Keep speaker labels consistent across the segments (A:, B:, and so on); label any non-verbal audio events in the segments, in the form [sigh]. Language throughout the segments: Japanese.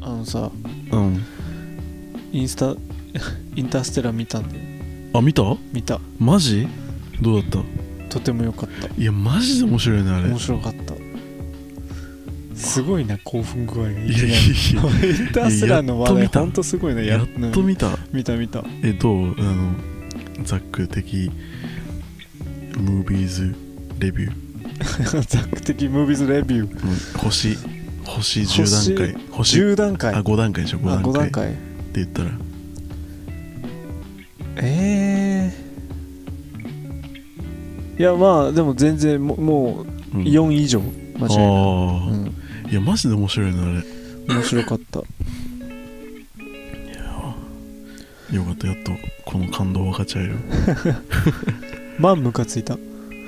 A: あのさ
B: うん
A: インスタ [laughs] インターステラ見たんで
B: あ見た
A: 見た
B: マジどうだった
A: とても良かった
B: いやマジで面白いねあれ
A: 面白かったすごいな興奮具合がいきなりイ
B: いやいや
A: ンターステラの
B: や
A: 話
B: っと
A: 題
B: 見た
A: ほんとすごいな
B: やっと見た
A: 見た見た
B: えどうあのザック的ムービーズレビュー
A: [laughs] ザック的ムービーズレビュー
B: 星星10段階星
A: 10段階
B: あ
A: あ
B: 5段階でしょ5段階
A: 5段階
B: って言ったら
A: えーいやまあでも全然ももう
B: うん
A: 4以上間
B: あ
A: 違いない、
B: あ
A: うん、
B: ーいやマジで面白いなあれ
A: 面白かった
B: よかったやっとこの感動分かっちゃえる
A: マンムカついた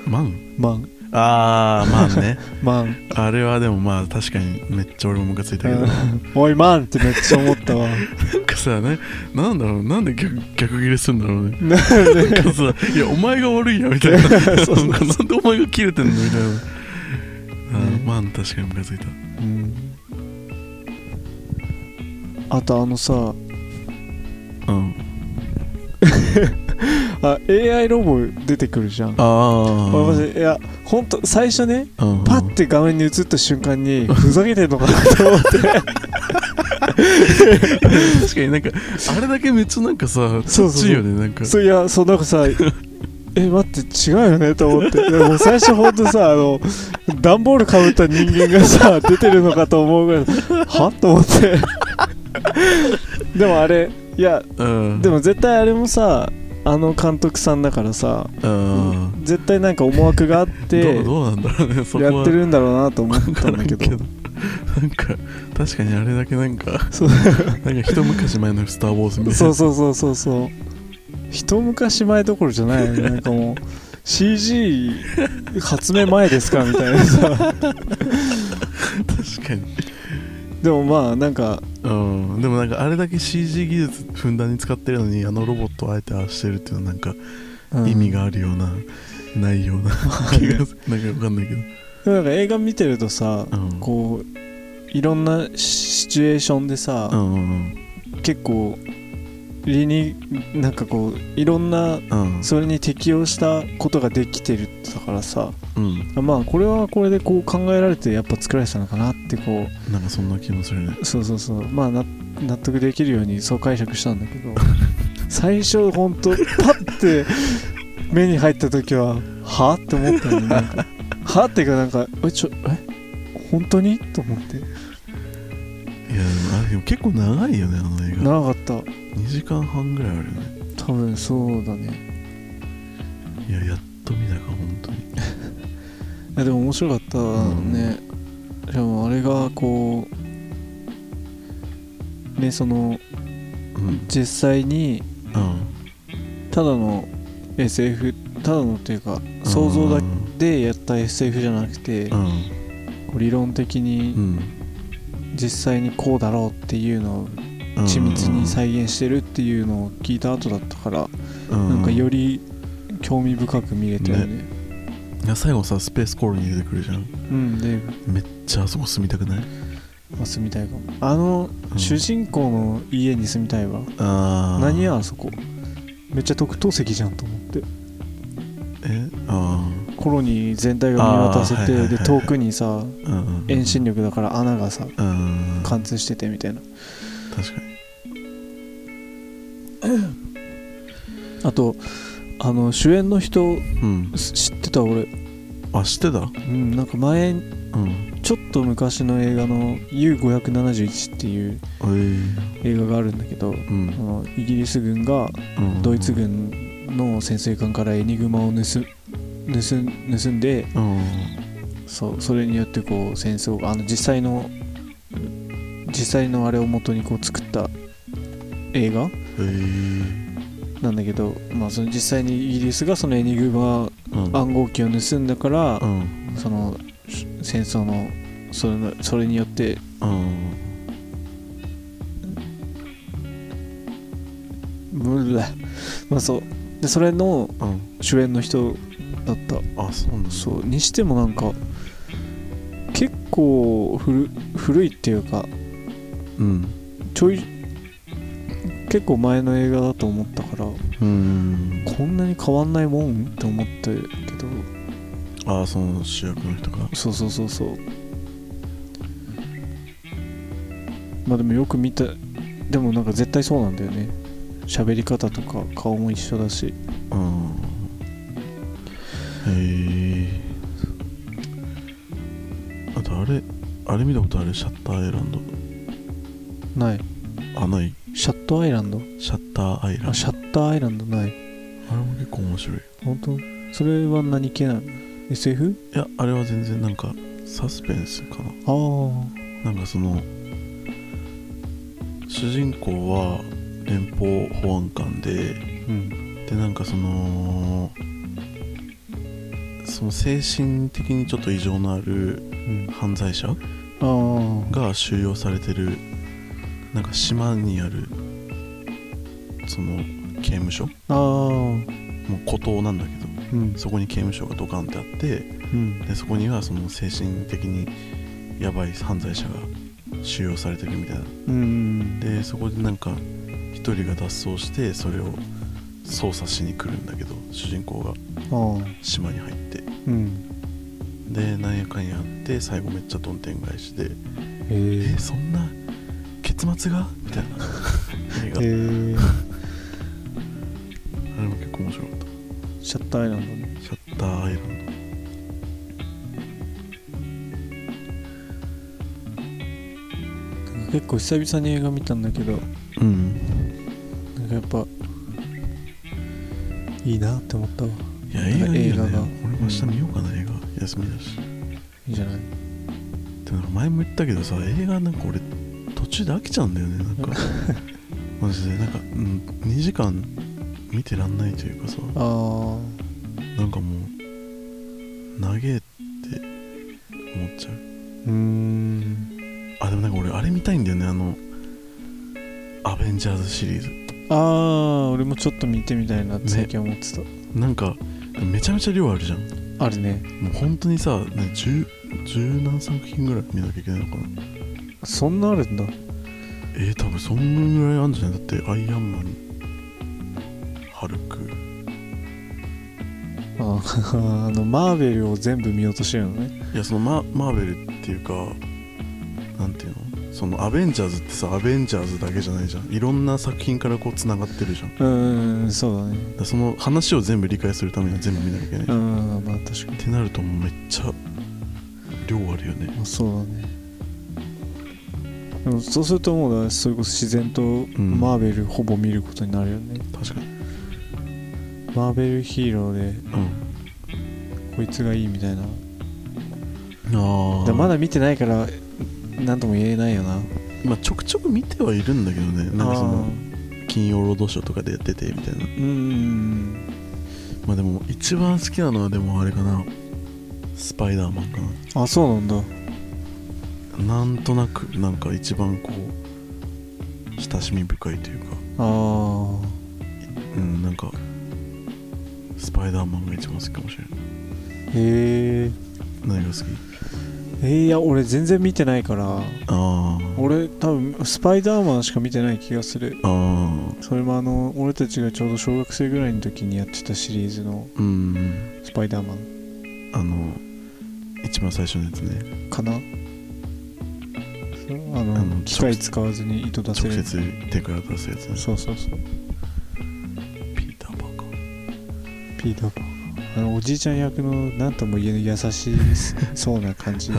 B: マン
A: マン
B: ああマンね
A: マン
B: [laughs] あれはでもまあ確かにめっちゃ俺もムカついたけどな
A: おいマンってめっちゃ思ったわ
B: んかさねなんだろうなんで逆逆切れするんだろうね
A: なんで
B: なんかさいやお前が悪いやみたいな
A: [laughs] そうそうそう
B: なんかなんでお前が切れてんのみたいなあー
A: ね
B: マン確かにムカついた
A: うんあとあのさ
B: うん
A: あ AI ロボ出てくるじゃん
B: ああ
A: 俺マジでいやほんと最初ね
B: うん
A: パッて画面に映った瞬間にふざけてんのかなと [laughs] 思って
B: 確かになんかあれだけめっちゃなんかさ
A: そうそうそう
B: 熱いよねなんか
A: そういやそうなんか [laughs] さえ待って違うよねと思ってでも最初ほんとさあの段ボールかぶった人間がさ出てるのかと思うぐらいはと思ってでもあれいや
B: うん
A: でも絶対あれもさあの監督さんだからさ
B: うん
A: 絶対なんか思惑があって
B: どうどうなんだろうねそこは
A: やってるんだろうなと思っ
B: わ
A: た
B: か
A: ん
B: ら
A: だ
B: ん
A: け
B: け [laughs]
A: ど
B: どなんか確かにあれだけなんか
A: そう
B: なんか一昔前の「スター・ウォーズ」みたいな
A: そうそうそうそうそう一昔前どころじゃないよねなんかもう CG 発明前ですかみたい
B: [laughs]
A: なさ
B: 確かに
A: でもまあなんか
B: うんでもなんかあれだけ CG 技術ふんだんに使ってるのにあのロボットをあえてああしてるっていうのはなんか
A: うん
B: 意味があるような、ないよう [laughs] な気がするなんかわかんないけど
A: でもなんか映画見てるとさ
B: うん
A: こういろんなシチュエーションでさ、
B: うんうん
A: 結構理になんかこういろんな
B: うん
A: それに適応したことができてるってだからさ
B: うん
A: まあこれはこれでこう考えられてやっぱ作られてたのかなってこ
B: なんかそんな気もするね
A: うそうそうそうまあな納得できるようにそう解釈したんだけど最初ほんとパッて目に入った時ははって思ったのになんかはっていうかなんかえちょえ本当にと思って
B: いやでもあれでも結構長いよねあの映画
A: 長かっ
B: 2時間半ぐらいあるよね
A: た多分そうだね
B: いややっと見たか本当に
A: いやでも面白かったね、でもあれがこうねその
B: うん
A: 実際に
B: うん
A: ただの SF ただのっていうか想像だけでやった SF じゃなくて
B: うん
A: こう理論的
B: う
A: に
B: ん
A: 実際にこうだろうっていうのを
B: うん
A: 緻密に再現してるっていうのを聞いた後だったから
B: うん
A: なんかよ
B: り
A: り興味深く見れたよね
B: 最後さスペースコールに出てくるじゃん
A: うんで
B: めっちゃあそこ住みたくない、
A: まあ住みたいかもあの
B: うん
A: 主人公の家に住みたいわ
B: あー
A: 何やあそこめっちゃ特等席じゃんと思って
B: えあ
A: コロニー全体が見渡せ
B: あーはいはい
A: て
B: はい
A: で
B: はい
A: 遠くにさ
B: ーうんうん
A: 遠心力だから穴がさ
B: うん
A: 貫通しててみたいな
B: 確かに
A: あとあの主演の人
B: うん
A: す知ってた俺、
B: あ知ってた
A: うん、なんか前
B: うん
A: ちょっと昔の映画の「U571」っていう
B: えー
A: 映画があるんだけど
B: う
A: あ
B: ん
A: のイギリス軍が
B: うん
A: ドイツ軍の潜水艦からエニグマを盗盗ん盗んで
B: うん
A: そうそれによってこう戦争あの実際の実際のあれを元にこう作った映画
B: へえ
A: なんだけど、まあ、その実際にイギリスがそのエニグマ
B: うん
A: 暗号機を盗んだから
B: う、ん
A: そのし戦争のそれのそれによって
B: うん
A: むらまあそうでそれの
B: うん
A: 主演の人だった
B: あそうなんだ
A: そうにしてもなんか結構古古いっていうか
B: うん
A: ちょい結構前の映画だと思ったから
B: うん
A: こんなに変わんないもんって思ったけど
B: あその主役の人が
A: そうそうそうそうまあでもよく見たでもなんか絶対そうなんだよね喋り方とか顔も一緒だし
B: うんへえあとあれあれ見たことあるシャッターアイランド
A: ない
B: あない
A: シャットアイランド
B: シャッターアイランド
A: あシャッターアイランドない
B: あれも結構面白いい
A: 本当それは何系なの ?SF?
B: やあれは全然なんかサスペンスかな
A: ああ
B: なんかその主人公は連邦保安官で
A: うん
B: でなんかそのその精神的にちょっと異常のある
A: うん
B: 犯罪者
A: ああ
B: が収容されてるなんか島にあるその刑務所
A: ああ
B: もう孤島なんだけど
A: うん
B: そこに刑務所がドカンってあって
A: うん
B: でそこにはその精神的にやばい犯罪者が収容されてるみたいな
A: うん
B: でそこでなんか一人が脱走してそれを捜査しに来るんだけど主人公が
A: ああ
B: 島に入って
A: うん
B: でなんやかんやあって最後めっちゃどんでん返しで
A: へ
B: え
A: え
B: ーそんな結末がみたいな映
A: [laughs]
B: 画
A: へえ
B: あれも結構面白かっ
A: シャッターアイランドね
B: たシャッターアイラン
A: 結構久々に映画見たんだけど
B: ドうん
A: なんかやっぱいいなって思ったわ
B: いや映画いいよ
A: 映画が
B: ね俺も明日見ようかな映画休みだし
A: いいじゃない
B: でもなんか前も言ったけどさ映画なんか俺途中で飽きちゃうんだよねなん [laughs] かマジでなんか、うん、2時間見てらんないというかさ
A: ああ
B: なんかもう投げって思っちゃう
A: うん
B: あでもなんか俺あれ見たいんだよねあのアベンジャーズシリーズ
A: ああ俺もちょっと見てみたいなって
B: ね
A: 最近思ってた、
B: なんかめちゃめちゃ量あるじゃん
A: あるね
B: もう本当にさね十十何作品ぐらい見なきゃいけないのかな
A: そんなあるんだ
B: えー、多分そんぐらいあるんじゃないだってアイアンマンハルク
A: あー [laughs] あのマーベルを全部見落としてるのね
B: いやそのママーベルっていうかなんていうのそのアベンジャーズってさアベンジャーズだけじゃないじゃんいろんな作品からこうつながってるじゃんだか
A: うんうんうんそうだね
B: らその話を全部理解するためには全部見なきゃいけない、
A: う
B: っ
A: んまあ確かに
B: てなるともうめっちゃ量あるよね
A: まあそうだねでもそうするともうだそれこそ自然と
B: ん
A: マーベルほぼ見ることになるよね、
B: 確かに
A: マーベルヒーローで
B: うん
A: こいつがいいみたいな
B: あ
A: でまだ見てないから何とも言えないよな
B: まあちょくちょく見てはいるんだけどねなんかその金曜ロードショーとかでやっててみたいな
A: あーうんうん
B: まあでも一番好きなのはでもあれかなスパイダーマンか
A: うんあそうなんだ
B: ななんとなくなんか一番こう親しみ深いというか
A: あー
B: うんなんかスパイダーマンが一番好きかもしれない
A: へえ
B: 何が好き
A: えー、いや俺全然見てないから
B: ああ
A: 俺多分スパイダーマンしか見てない気がする
B: ああ
A: それもあの俺たちがちょうど小学生ぐらいの時にやってたシリーズの
B: うん
A: スパイダーマン
B: あの一番最初のやつね
A: かなそあの
B: あの
A: 機械使わずに糸出せ
B: 直
A: る
B: 接手から出すやつね
A: そうそうそう
B: ピーター・パーカー
A: ピーターパンあのおじいちゃん役のなんとも言えぬ優しいそうな感じ
B: あ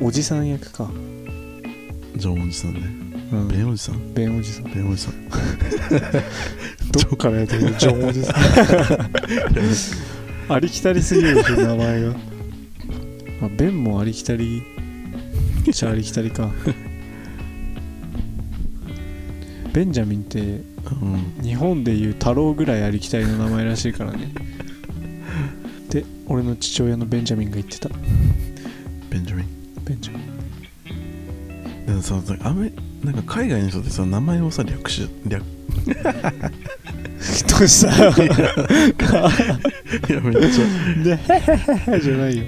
A: おじさん役か、
B: ージョンおじさんね
A: うん、
B: ベンおじさん
A: ベンおじさん
B: ベンおじさん
A: どっから
B: [laughs]
A: やってるジョンおじさんありきたりすぎるでしょ名前がまあ、弁もありきたりじゃありきたり
B: [laughs]
A: かベンジャミンって
B: うん
A: 日本でいう太郎ぐらいありきたりの名前らしいからねで俺の父親のベンジャミンが言ってた
B: ベンジャミン
A: ベンジャミン
B: でもさなんかアメなんか海外の人ってさ名前をさ略し略
A: どうした
B: いやめっちゃ
A: でじゃないよ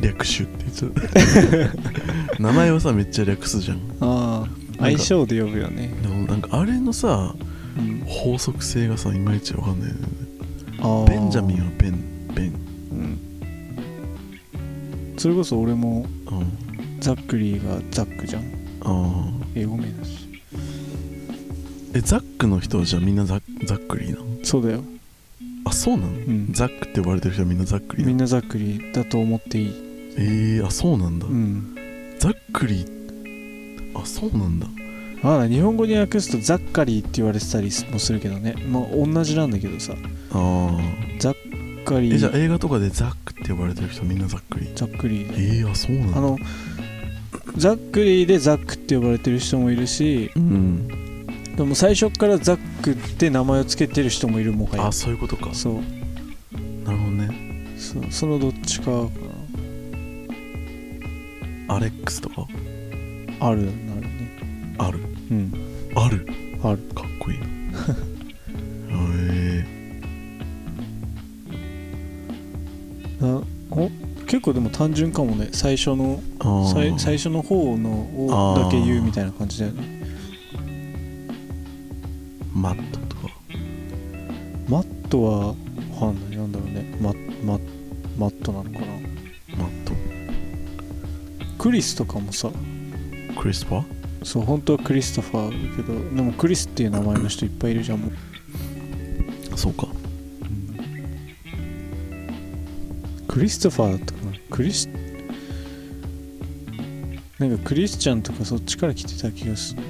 B: 略種って言っちゃう名前をさめっちゃ略すじゃん
A: ああ相性で呼ぶよね、
B: でもなんかあれのさ
A: うん
B: 法則性がさいまいちわかんないよね
A: あー
B: ベンジャミンはベンベン
A: うんそれこそ俺も
B: うん
A: ザックリーがザックじゃん
B: ああ
A: 英語名だし
B: えザックの人はじゃあみんなザッザックリーなの
A: そうだよ、
B: あそうなの
A: うん、
B: ザックって呼ばれてる人はみんなザックリー
A: み
B: なんの
A: なザックリーだと思っていい、
B: えー、あそうなんだ、
A: うん、
B: ザックリーあそうなんだ
A: まあ日本語に訳すとザッカリーって言われてたりもするけどねまあ同じなんだけどさ
B: ああ
A: ザッカリ
B: えじゃあ
A: ー
B: 映画とかでザックって呼ばれてる人みんなザックリー
A: ザックリーだよ
B: えー、あそうなんだ
A: あのザックリーでザックって呼ばれてる人もいるし
B: うん
A: でも最初からザックって名前を付けてる人もいるもはや
B: あそういうことか
A: そう
B: なるほどね
A: そそのどっちかか
B: アレックスとか
A: なあるなるね
B: ある
A: うん
B: ある
A: ある
B: かっ [laughs] こいいなへえ
A: なお結構でも単純かもね最初の
B: あー
A: 最最初の方のをだけ言うみたいな感じだよね
B: マットとか
A: マットはわかんないなんだろうねマママットなのかな
B: マット
A: クリスとかもさ
B: クリスパー
A: そう本当はクリストファーだけどでもクリスっていう名前の人いっぱいいるじゃんもう
B: そうか
A: クリストファーだったかなクリスなんかクリスチャンとかそっちから来てた気がする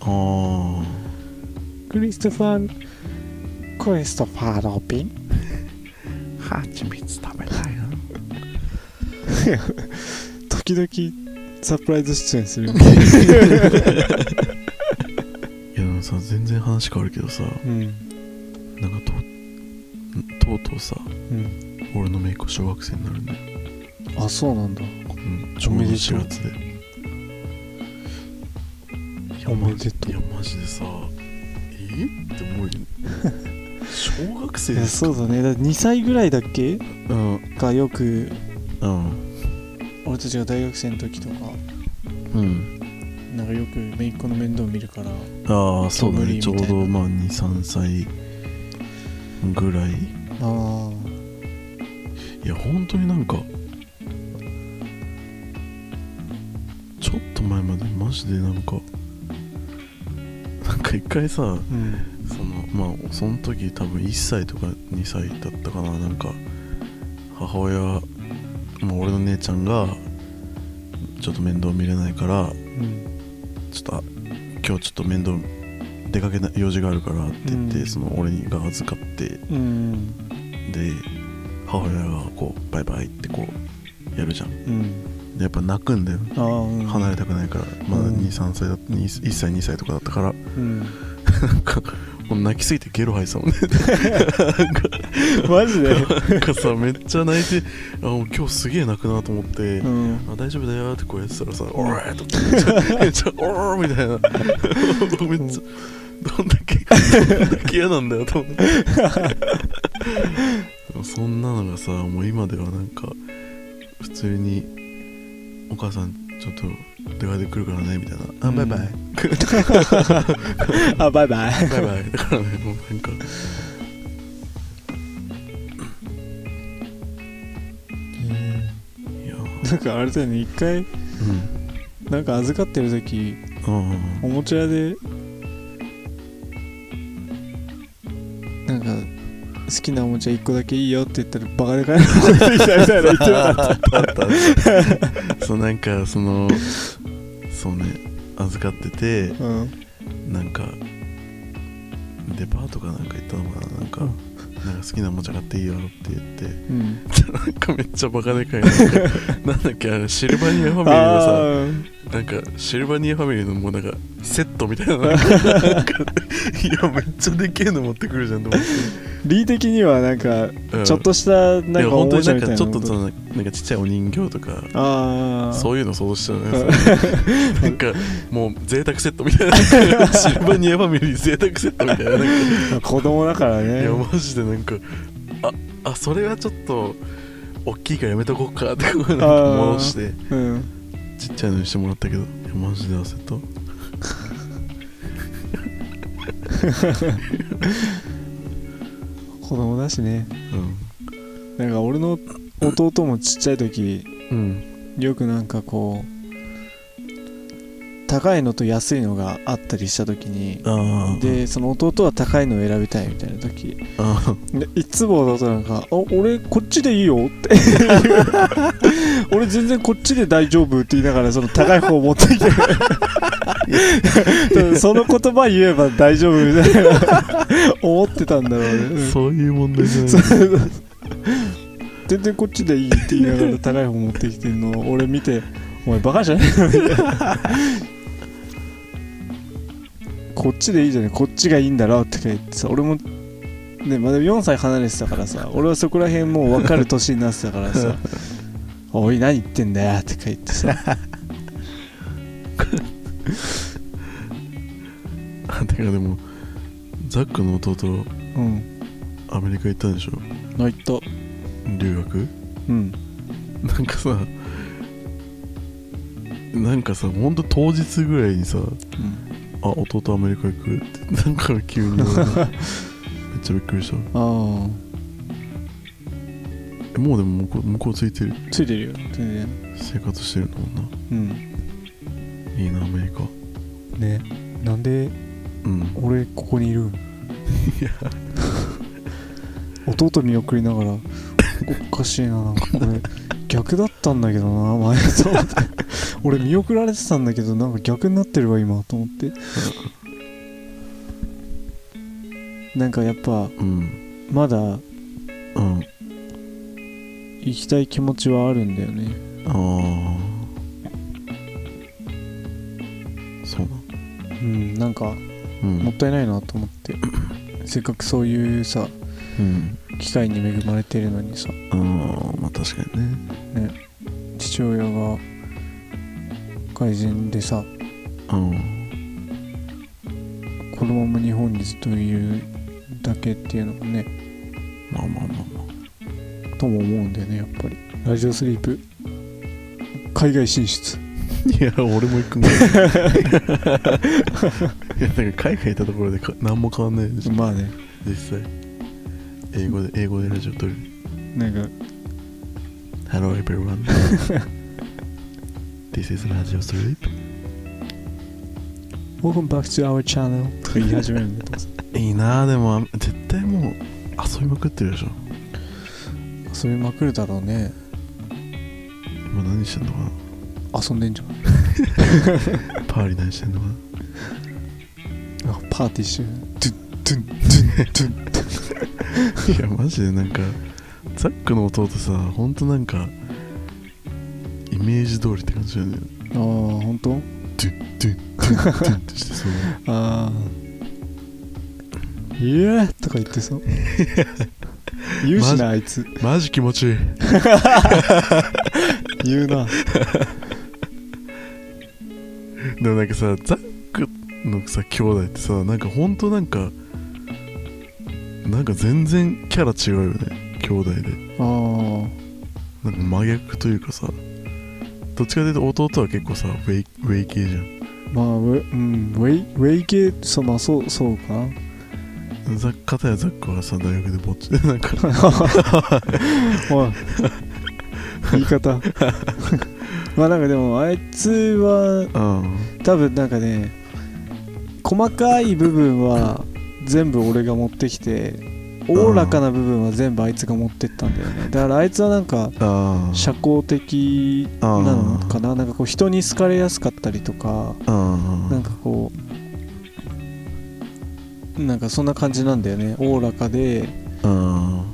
B: あー
A: クリストファークリストファー・ロビン
B: ハチミツ食べたいな
A: 時々サプライズ出演するよね
B: いやでもさ全然話変わるけどさ
A: うん
B: なんかとんとうとうさ
A: うん
B: 俺の姪っ子小学生になるんだよ、
A: あそうなんだ
B: うん、
A: おめでとう
B: ちょうど4月でいや
A: お
B: ま
A: めでとう
B: いやマジでさえって思うよね
A: [laughs]
B: 小学生
A: いや
B: です
A: そうだねだ2歳ぐらいだっけ
B: うん
A: がよく
B: うん
A: 俺たちが大学生の時とか
B: うん
A: なんかよく姪っ子の面倒見るから
B: ああそうだ
A: 煙
B: ね
A: み
B: ち
A: た
B: ょ
A: いうな
B: どまあ23歳ぐらい
A: あ
B: いや本当になんかちょっと前までマジでなんかなんか一回さ
A: うん
B: そのまあその時多分1歳とか2歳だったかななんか母親まあ俺の姉ちゃんがちょっと面倒見れないから
A: うん
B: ちょっとあ今日ちょっと面倒出かけな用事があるからって言って、
A: うん
B: その俺が預かって
A: うん
B: で母親がこうバイバイってこうやるじゃん
A: うん
B: でやっぱ泣くんだよ
A: ああうん
B: 離れたくないからまだ
A: うん
B: 23歳だに1歳2歳とかだったから
A: うん
B: なんかもう泣きすぎてゲロ吐いてたもんね
A: マジで
B: なんかさめっちゃ泣いてあもう今日すげえ泣くなと思って、
A: [laughs] うん
B: あ大丈夫だよってこうやってたらさ「おー!」とかめっちゃ「おー!」みたいな [laughs] めっちゃどんだけどんだけ嫌なんだよと思ってでもそんなのがさもう今ではなんか普通に「お母さんちょっと出かけてくるからね」みたいな「あ
A: うん
B: バイバイ」
A: あバイバ
B: バイバ
A: イ
B: イだからねもうなんかいやー
A: なんかあれだよね一回
B: うん
A: なんか預かってる時
B: あ
A: おもちゃ屋でなんか好きなおもちゃ1個だけいいよって言ったらバカでかいの出てきたみたいな言ってなかっ
B: ああったあった [laughs] そうなんかそのそうね預かってて
A: たうん
B: なんかデパートかなんか行ったのかななんかなんか好きなもんじゃ買っていいよって言って
A: [laughs] うん、
B: なんかめっちゃバカでかい [laughs] ななんだっけあれシルバニアファミリーのさ
A: あ
B: なんかシルバニアファミリーのもうなんかセットみたい
A: [laughs]
B: ななんかなんかいやめっちゃでけえの持ってくるじゃんと思っ
A: ーリー的にはなんか
B: て、うん
A: ちょっとしたないん
B: や
A: か
B: 本当
A: おも
B: に
A: ち
B: な
A: ゃ
B: ん
A: みた
B: か
A: いな
B: ちょっ
A: こと
B: さなんかちっちゃいお人形とか
A: ああ
B: そうういうの想像してた
A: ん [laughs]
B: ねそれなんかもう贅沢セットみた [laughs] いななんかシルバニアファミリー贅沢セットみたいななんか
A: 子供だから
B: い
A: ね
B: やマジでなんかああそれはちょっと大きいからやめとこうかってこうなんか戻して
A: うん
B: ちっちゃいのにしてもらったけどいやマジで焦った
A: 子供だしね
B: うん
A: なんか俺の弟もちっちゃい時
B: うん
A: よくなんかこう高いのと安いのがあったりした時に
B: ああ
A: でその弟は高いのを選びたいみたいな時
B: ああ
A: でいつも弟なんか「あ俺こっちでいいよ」って俺全然こっちで大丈夫」って言いながらその高い方を持ってきてただ [laughs] その言葉言えば大丈夫みたいな思ってたんだろうねうん
B: そういう問題じゃない
A: 全然こっちでいいって言いながら高い方持ってきてんの [laughs] を俺見て「お前バカじゃない?」こっちでいいじゃないこっちがいいんだろ」って言ってさ俺もねまだ4歳離れてたからさ俺はそこら辺もう分かる年になってたから [laughs] さ「おい何言ってんだよ」って言ってさ
B: あだからでもザックの弟
A: うん
B: アメリカ行ったんでしょ
A: のいと
B: 留学
A: うん
B: なんかさなんかさほんと当日ぐらいにさ「あ弟アメリカ行く」ってなんか急に言われ [laughs] てめっちゃびっくりした
A: あ
B: えもうでも向こう向こうついてる
A: あついてるよ全然
B: 生活してるんだもんな
A: うん
B: いいなアメリカ
A: ねなんで
B: うん
A: 俺ここにいる弟見送りながらおかしいななんかこれ逆だったんだけどな前と思って俺見送られてたんだけどなんか逆になってるわ今と思ってなんかやっぱ
B: うん
A: まだ
B: うん
A: 行きたい気持ちはあるんだよね
B: ああそうな
A: うんなんか
B: うん
A: もったいないなと思ってせっかくそういうさ
B: うん
A: 機会に恵まれてるのにさ
B: ああまあ確かにね
A: 父親が外人で
B: う
A: さ
B: ん
A: このまま日本にずっといるだけっていうのもね
B: まあまあまあまあ
A: とも思うんだよねやっぱりラジオスリープ海外進出
B: いや俺も行くんだ [laughs] いやなんか海外行ったところでか何も変わんないでしょ
A: まあね
B: 実際英語で英語でラジオ撮る
A: なんか
B: Hello everyone This is Radio Sleep
A: 「Welcome back to our channel」とか言い始めるんだと思
B: いいなあでもあ絶対もう遊びまくってるでしょ
A: って遊びまくるだろうね
B: 今何してんのか
A: 遊んでんじゃん
B: なパーリー何してんのかな
A: なんかパーティーしてる
B: いやマジでなんかザックの弟さほんとなんかイメージ通りって感じだよね
A: ああ本当
B: ドゥンドゥンドゥンってしてそう
A: ああ「イエー!」とか言ってそう [laughs] 言うしなあいつ [laughs]
B: マジ気持ちいい
A: 言う [laughs] な
B: でもなんかさザックのさ兄弟ってさなんかほんとなんかなんか全然キャラ違うよね兄弟で
A: ああ
B: なんか真逆というかさどっちかというと弟は結構さウェイウェイ系じゃ
A: まあウェ,、うん、ウェイウェイ系そうまあそうそうか
B: [laughs]
A: なん
B: ザッ片やザックはさ大学でぼっちで [laughs] なんか
A: おい言い方
B: [laughs]
A: まあなんかでもあいつは
B: うん
A: 多分なんかね細かい部分は全部俺が持ってきておおらかな部分は全部あいつが持ってったんだよねだからあいつはなんか
B: ああ
A: 社交的
B: あ
A: な
B: ー
A: のかななんかこう人に好かれやすかったりとか
B: あ
A: なんかこうなんかそんな感じなんだよねおおらかで
B: あ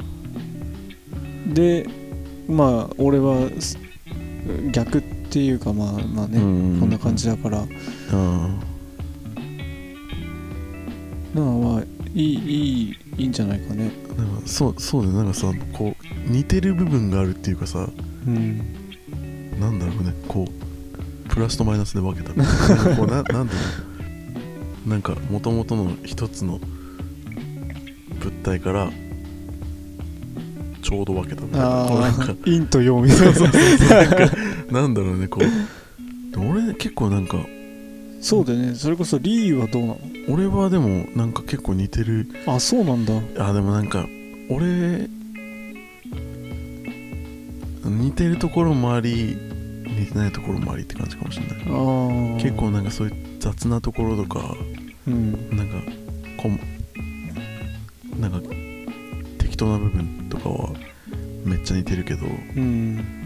A: でまあ俺はす逆っていうかまあまあ
B: あ、
A: ね、
B: うん
A: こんな感じだからなんか
B: あ
A: まあいいいいいいんじゃないかね
B: あなんかそうそうだよなんかさこう似てる部分があるっていうかさ
A: うん
B: なんだろうねこうプラスとマイナスで分けたなんかこうな [laughs] なんだろうなんかもともとの一つの物体からちょうど分けたみたいなこうなん
A: あ
B: か
A: あ陰と陽みたいな
B: なんだろうねこうでも俺結構なんか
A: [laughs] そうだよねそれこそリーはどうな
B: 俺はでもなんか結構似てる
A: のあそうなんだ
B: あでもなんか俺似てるところもあり似てないところもありって感じかもしれない
A: あー
B: 結構なんかそういう雑なところとか
A: うん
B: なんかこんなんか適当な部分とかはめっちゃ似てるけど、
A: うん
B: うん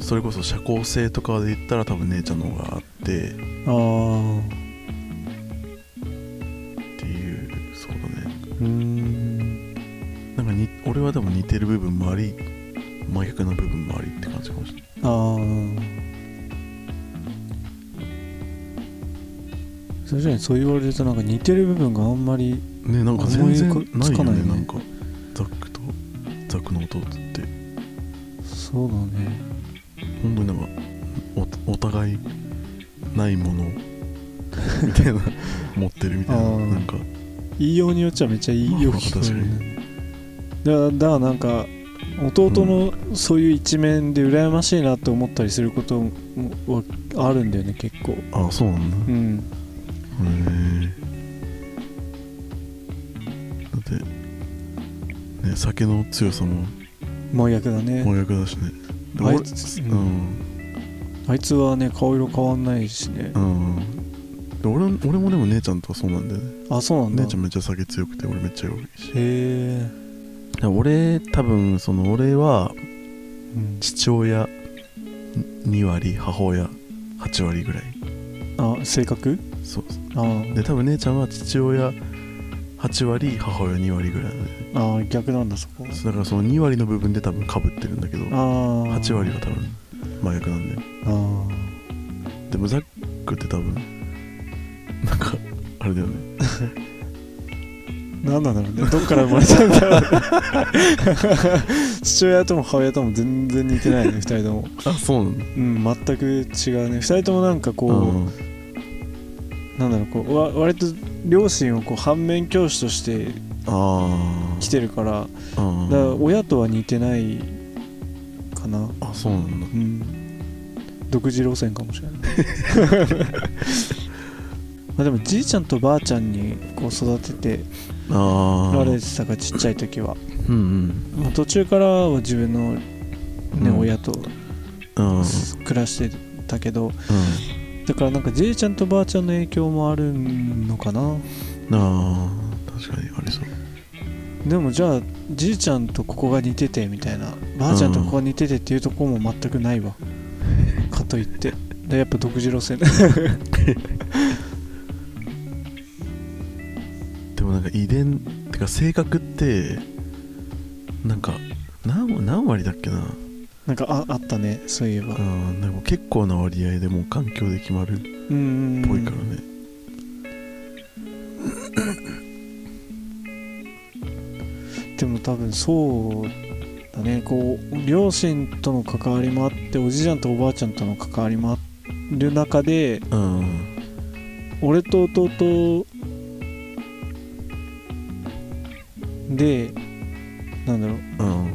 B: それこそ社交性とかで言ったら多分姉ちゃんの方があって
A: ああ
B: っていうそうだね
A: うん
B: なんかに俺はでも似てる部分もあり真逆な部分もありって感じかもしれない
A: ああ確かにそう言われるとなんか似てる部分があんまり
B: ねなんか全然
A: 思い浮か
B: ない
A: つ
B: よ
A: かない
B: ね
A: よね
B: なんかザックとザックの弟って
A: そうだね
B: 本当になんかおお互いないもの [laughs] をみたいな持ってるみたい
A: あ
B: な
A: ー
B: なんか
A: 言いようによっちゃめっちゃいいよく聞こえるねだからだからなんか弟のそういう一面で羨ましいなって思ったりすることもはあるんだよね結構
B: あそうなんだ
A: う
B: へ
A: ん
B: えだってね酒の強さも
A: 真逆だね
B: 真逆だしねで
A: あ
B: 俺
A: いつ
B: う
A: うん
B: ん
A: あいつはね顔色変わんないしね
B: うんで俺も俺もでも姉ちゃんとはそうなんだよね
A: あそうなんだ
B: 姉ちゃんめっちゃ酒強くて俺めっちゃ弱いし
A: へえ
B: で俺多分その俺は
A: うん
B: 父親2割母親8割ぐらい
A: あ性格
B: そう
A: あー
B: で多分姉ちゃんは父親8割母親2割ぐらいなのね
A: あー逆なんだそこ
B: だからその2割の部分で多分かぶってるんだけど
A: あ
B: 8
A: あ
B: 割は多分真逆なんだよ
A: あー
B: でもザックって多分なんかあれだよね
A: 何なんだろうねどっから生まれたんだろう [laughs] 父親とも母親とも全然似てないね二人とも
B: あそうなんだ
A: うん全く違うね二人ともなんかこう、
B: うん
A: なんだろうこうわ割と両親をこう反面教師として
B: あ
A: 来てるから
B: あうん
A: だから親とは似てないかな
B: あそうなんだ
A: うん独自路線かもしれない [laughs] まあでもじいちゃんとばあちゃんにこう育てて
B: ああ
A: られてたからちっちゃい時は、
B: うんうん
A: まあ、途中からは自分の、ね
B: うん
A: 親と
B: うんうん
A: 暮らしてたけどだからなんかじいちゃんとばあちゃんの影響もあるのかな
B: ああ確かにありそう
A: でもじゃあじいちゃんとここが似ててみたいなばあちゃんとここが似ててっていうとこも全く
B: [laughs]
A: ないわ、かといってでやっぱ独自路線 [laughs]
B: でもなんか遺伝てか性格ってなんか何何割だっけな
A: なんかああったねそういえば
B: う
A: うん
B: でも結構な割合でもう環境で決まるっ
A: ーん
B: ぽいからね、
A: でも多分そうだねこう両親との関わりもあっておじいちゃんとおばあちゃんとの関わりもある中で
B: うん
A: 俺と弟でなんだ
B: う
A: ろう
B: ん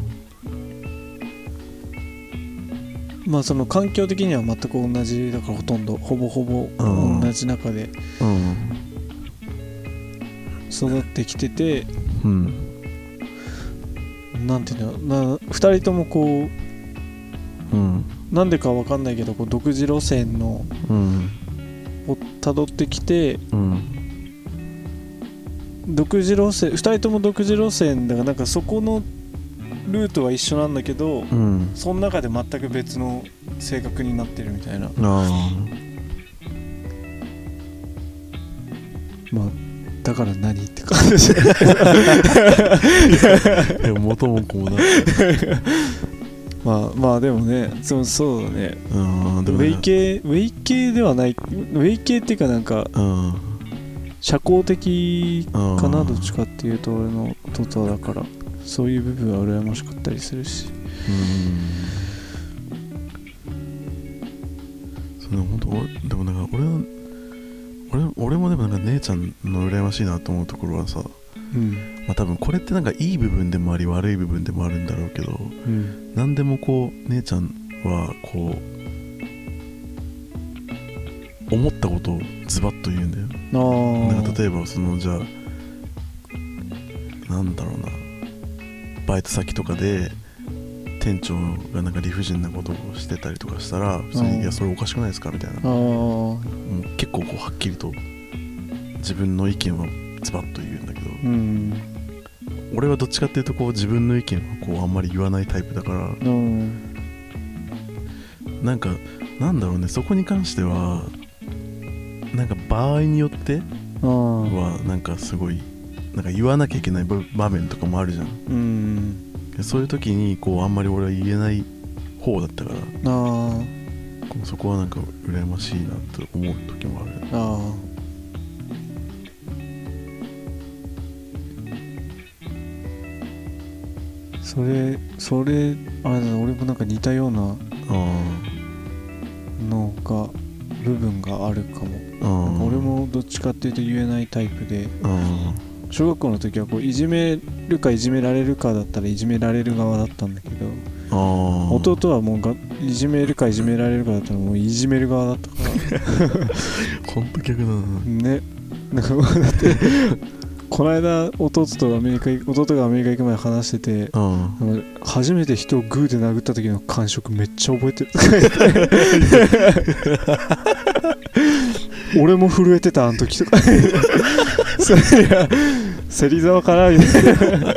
A: まあその環境的には全く同じだからほとんどほぼほぼ
B: うん
A: 同じ中で
B: うん
A: 育ってきてて、
B: うん
A: なんていうんだろうな2人ともこ
B: うん
A: うなんでかわかんないけどこう独自路線の
B: うん
A: をたどってきて
B: うん
A: 独自路線2人とも独自路線だからなんかそこのルートは一緒なんだけど
B: うん
A: その中で全く別の性格になってるみたいな
B: ああ
A: まあだから何って感じ
B: いや元も子もな
A: [laughs] まあまあでもねそうそうだね
B: うんで
A: ウ
B: も
A: ェイ
B: ね
A: 系ウェイ系ではないウェイ系っていうかなんか
B: うん
A: 社交的
B: うん
A: かなどっちかっていうと俺の弟だからそういう部分は羨ましかったりするし
B: うんそうでも本当俺でもなんか俺の俺俺もでもなんか姉ちゃんの羨ましいなと思うところはさ、ま
A: うん
B: あ、多分これってなんかいい部分でもあり悪い部分でもあるんだろうけど
A: うん
B: 何でもこう姉ちゃんはこう思ったことをズバッと言うんだよ
A: あ
B: なん
A: あ
B: か例えばそのじゃあなんだろうなバイト先とかで店長がなんか理不尽なことをしてたりとかしたら普通
A: うん
B: に「いやそれおかしくないですか?」みたいな
A: あ
B: も
A: ー
B: う結構こうはっきりと自分の意見はズバッと言うんだけど
A: うん
B: 俺はどっちかっていうとこう自分の意見はこうあんまり言わないタイプだから
A: うん
B: なんかなんだろうねそこに関してはなんか場合によって
A: あー
B: はなんかすごいなんか言わなきゃいけない場場面とかもあるじゃん
A: うん
B: でそういう時にこうあんまり俺は言えない方だったから
A: あー
B: こうそこはなんか羨ましいなと思う時もある
A: あーそれそれあれだ俺もなんか似たような
B: あ
A: のが部分があるかも
B: あああ
A: 俺もどっちかっていうと言えないタイプで
B: あ
A: 小学校の時はこういじめるかいじめられるかだったらいじめられる側だったんだけど
B: ああ
A: 弟はもうがいじめるかいじめられるかだったらもういじめる側だったから
B: ほんと逆だな
A: ね [laughs] なんかもうだってこの間弟とアメリカ行弟がアメリカ行く前話してて
B: あ
A: あの初めて人をグーで殴った時の感触めっちゃ覚えてる [laughs] 俺も震えてたあの時とか [laughs] それが芹沢かなみたいな
B: あそうね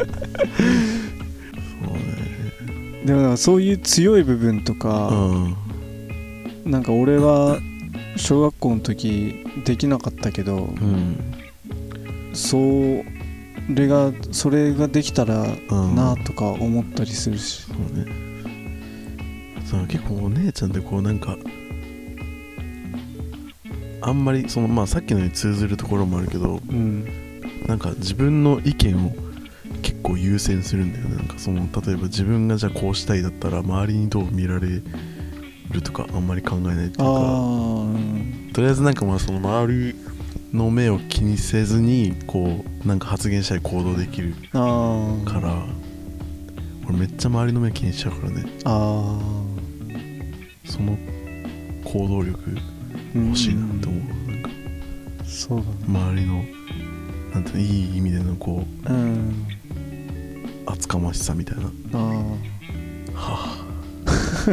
A: でもなんかそういう強い部分と
B: う
A: か、
B: ん
A: なんか俺は小学校の時できなかったけど
B: うん
A: そうそれがそれができたら
B: うん
A: なとか思ったりするし、
B: そうねそう結構お姉ちゃんってこうなんかあんまりそのまあさっきのに通ずるところもあるけど
A: うん、
B: なんか自分の意見を結構優先するんだよねなんかその例えば自分がじゃあこうしたいだったら周りにどう見られるとかあんまり考えないっていう
A: ああ
B: か
A: うん
B: とりあえずなんかまあその周りの目を気にせずにこうなんか発言したり行動できる
A: あー
B: から、俺めっちゃ周りの目気にしちゃうからね
A: あ
B: その行動力
A: ー
B: 欲しいなって思う、なんか
A: うんそう
B: 周りのなんていうのいい意味でのこう
A: だねうん
B: 厚かましさみたいな
A: ああ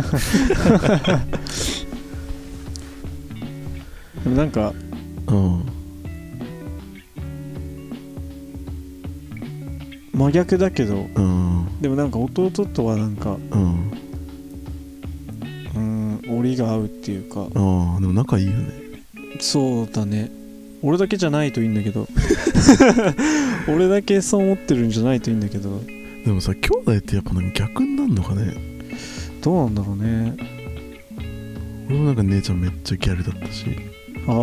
B: は
A: [laughs] でもなんか
B: あうん
A: 真逆だけど
B: うん
A: でもなんか弟とはなんか
B: うん
A: うん折りが合うっていうか
B: ああでも仲いいよね
A: そうだね俺だけじゃないといいんだ
B: [laughs]
A: けど俺だけそう思ってるんじゃないといいんだけど
B: でもさ兄弟ってやっぱなんか逆になるのかね
A: どうなんだろうね
B: 俺もなんか姉ちゃんめっちゃギャルだったし
A: ああ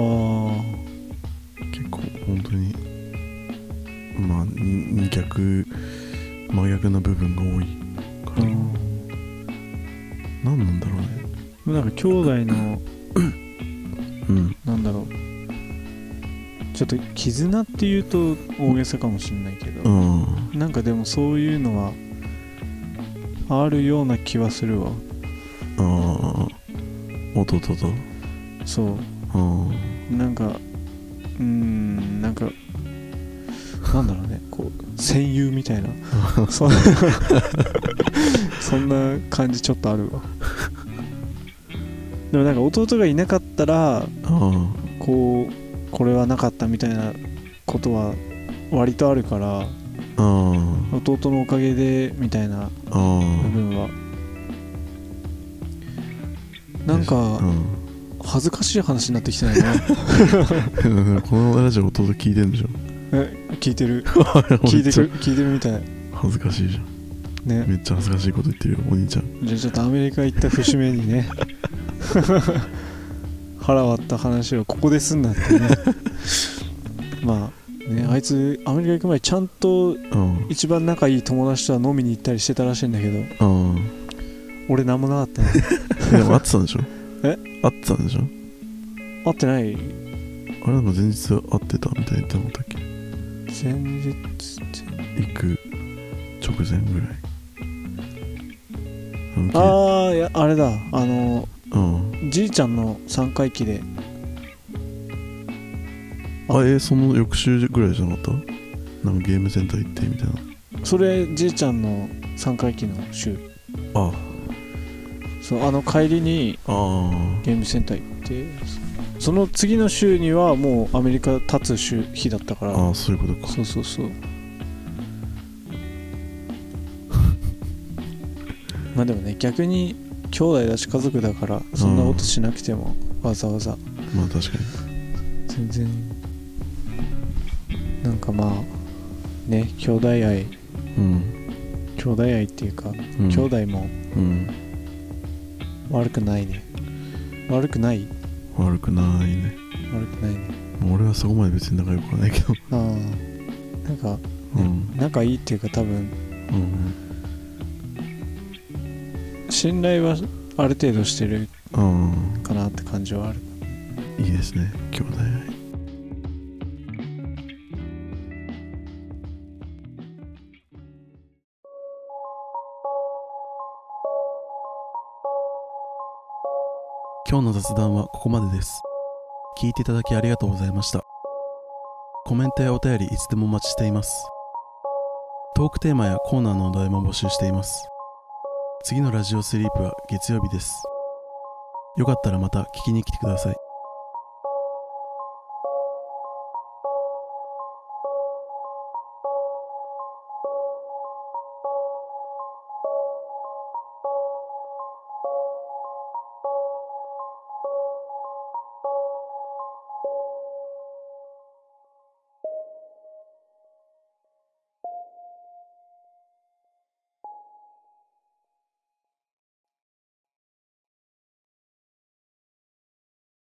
B: 結構本当にまあに逆真逆な部分が多いか
A: う
B: ら、
A: ん
B: 何なんだろうね
A: でもなんか兄弟の
B: うん
A: なんだろうちょっと絆っていうと大げさかもしれないけ
B: う
A: ど、
B: ん
A: なんかでもそういうのはあるような気はするわ
B: ああ弟と
A: そう
B: うん
A: なんかうーんなんかなんだろうねこう戦友みたいなそんな [laughs] そんな感じちょっとあるわでもなんか弟がいなかったら
B: あ
A: こうこれはなかったみたいなことは割とあるから
B: ああ
A: 弟のおかげでみたいな
B: ああ
A: 部分はなん
B: う
A: か
B: ん [laughs]
A: 恥ずかしい話になってきてないな
B: このラジオ弟聞いてんでしょ
A: [laughs] え聞いてる [laughs] 聞
B: 聞
A: いてる聞いてるみたい
B: 恥ずかしいじゃん
A: ね
B: めっちゃ恥ずかしいこと言ってるよお兄ちゃん
A: じゃあちょっとアメリカ行った節目にね [laughs] 腹割った話をここですんなってねまあねあいつアメリカ行く前ちゃんと
B: うん
A: 一番仲いい友達とは飲みに行ったりしてたらしいんだけど
B: [laughs] うん
A: 俺何もなかったね
B: でも会ってたんでしょ
A: え
B: 会ってたんでしょ
A: [laughs] 会ってない
B: あれなんか前日会ってたみたいな言ってなかったっけ
A: 前日
B: 行く直前ぐらいうん
A: ああいやあれだあの
B: うん
A: じいちゃんの3回忌で
B: あえーその翌週ぐらいじゃなかったなんかゲームセンター行ってみたいな
A: それじいちゃんの3回忌の週
B: あ
A: そうあの帰りに
B: ああ
A: ゲームセンター行ってその次の週にはもうアメリカ立つ週日だったか
B: あ
A: ら
B: あーそういうことか
A: そうそうそう [laughs] まあでもね逆に兄弟だし家族だからそんなことしなくてもわざわざ
B: まあ確かに
A: 全然なんかまあね兄弟愛
B: うん、
A: 兄弟愛っていうか、
B: うん、
A: 兄弟も
B: うん
A: 悪くないね悪くない
B: 悪くないね
A: 悪くないね
B: もう俺はそこまで別に仲良くはないけど
A: ああなんか
B: うん
A: 仲いいっていうか多分
B: うん
A: 信頼はある程度してる
B: うん
A: かなって感じはある
B: いいですね兄弟愛今日の雑談はここまでです聞いていただきありがとうございましたコメントやお便りいつでもお待ちしていますトークテーマやコーナーのお題も募集しています次のラジオスリープは月曜日ですよかったらまた聞きに来てください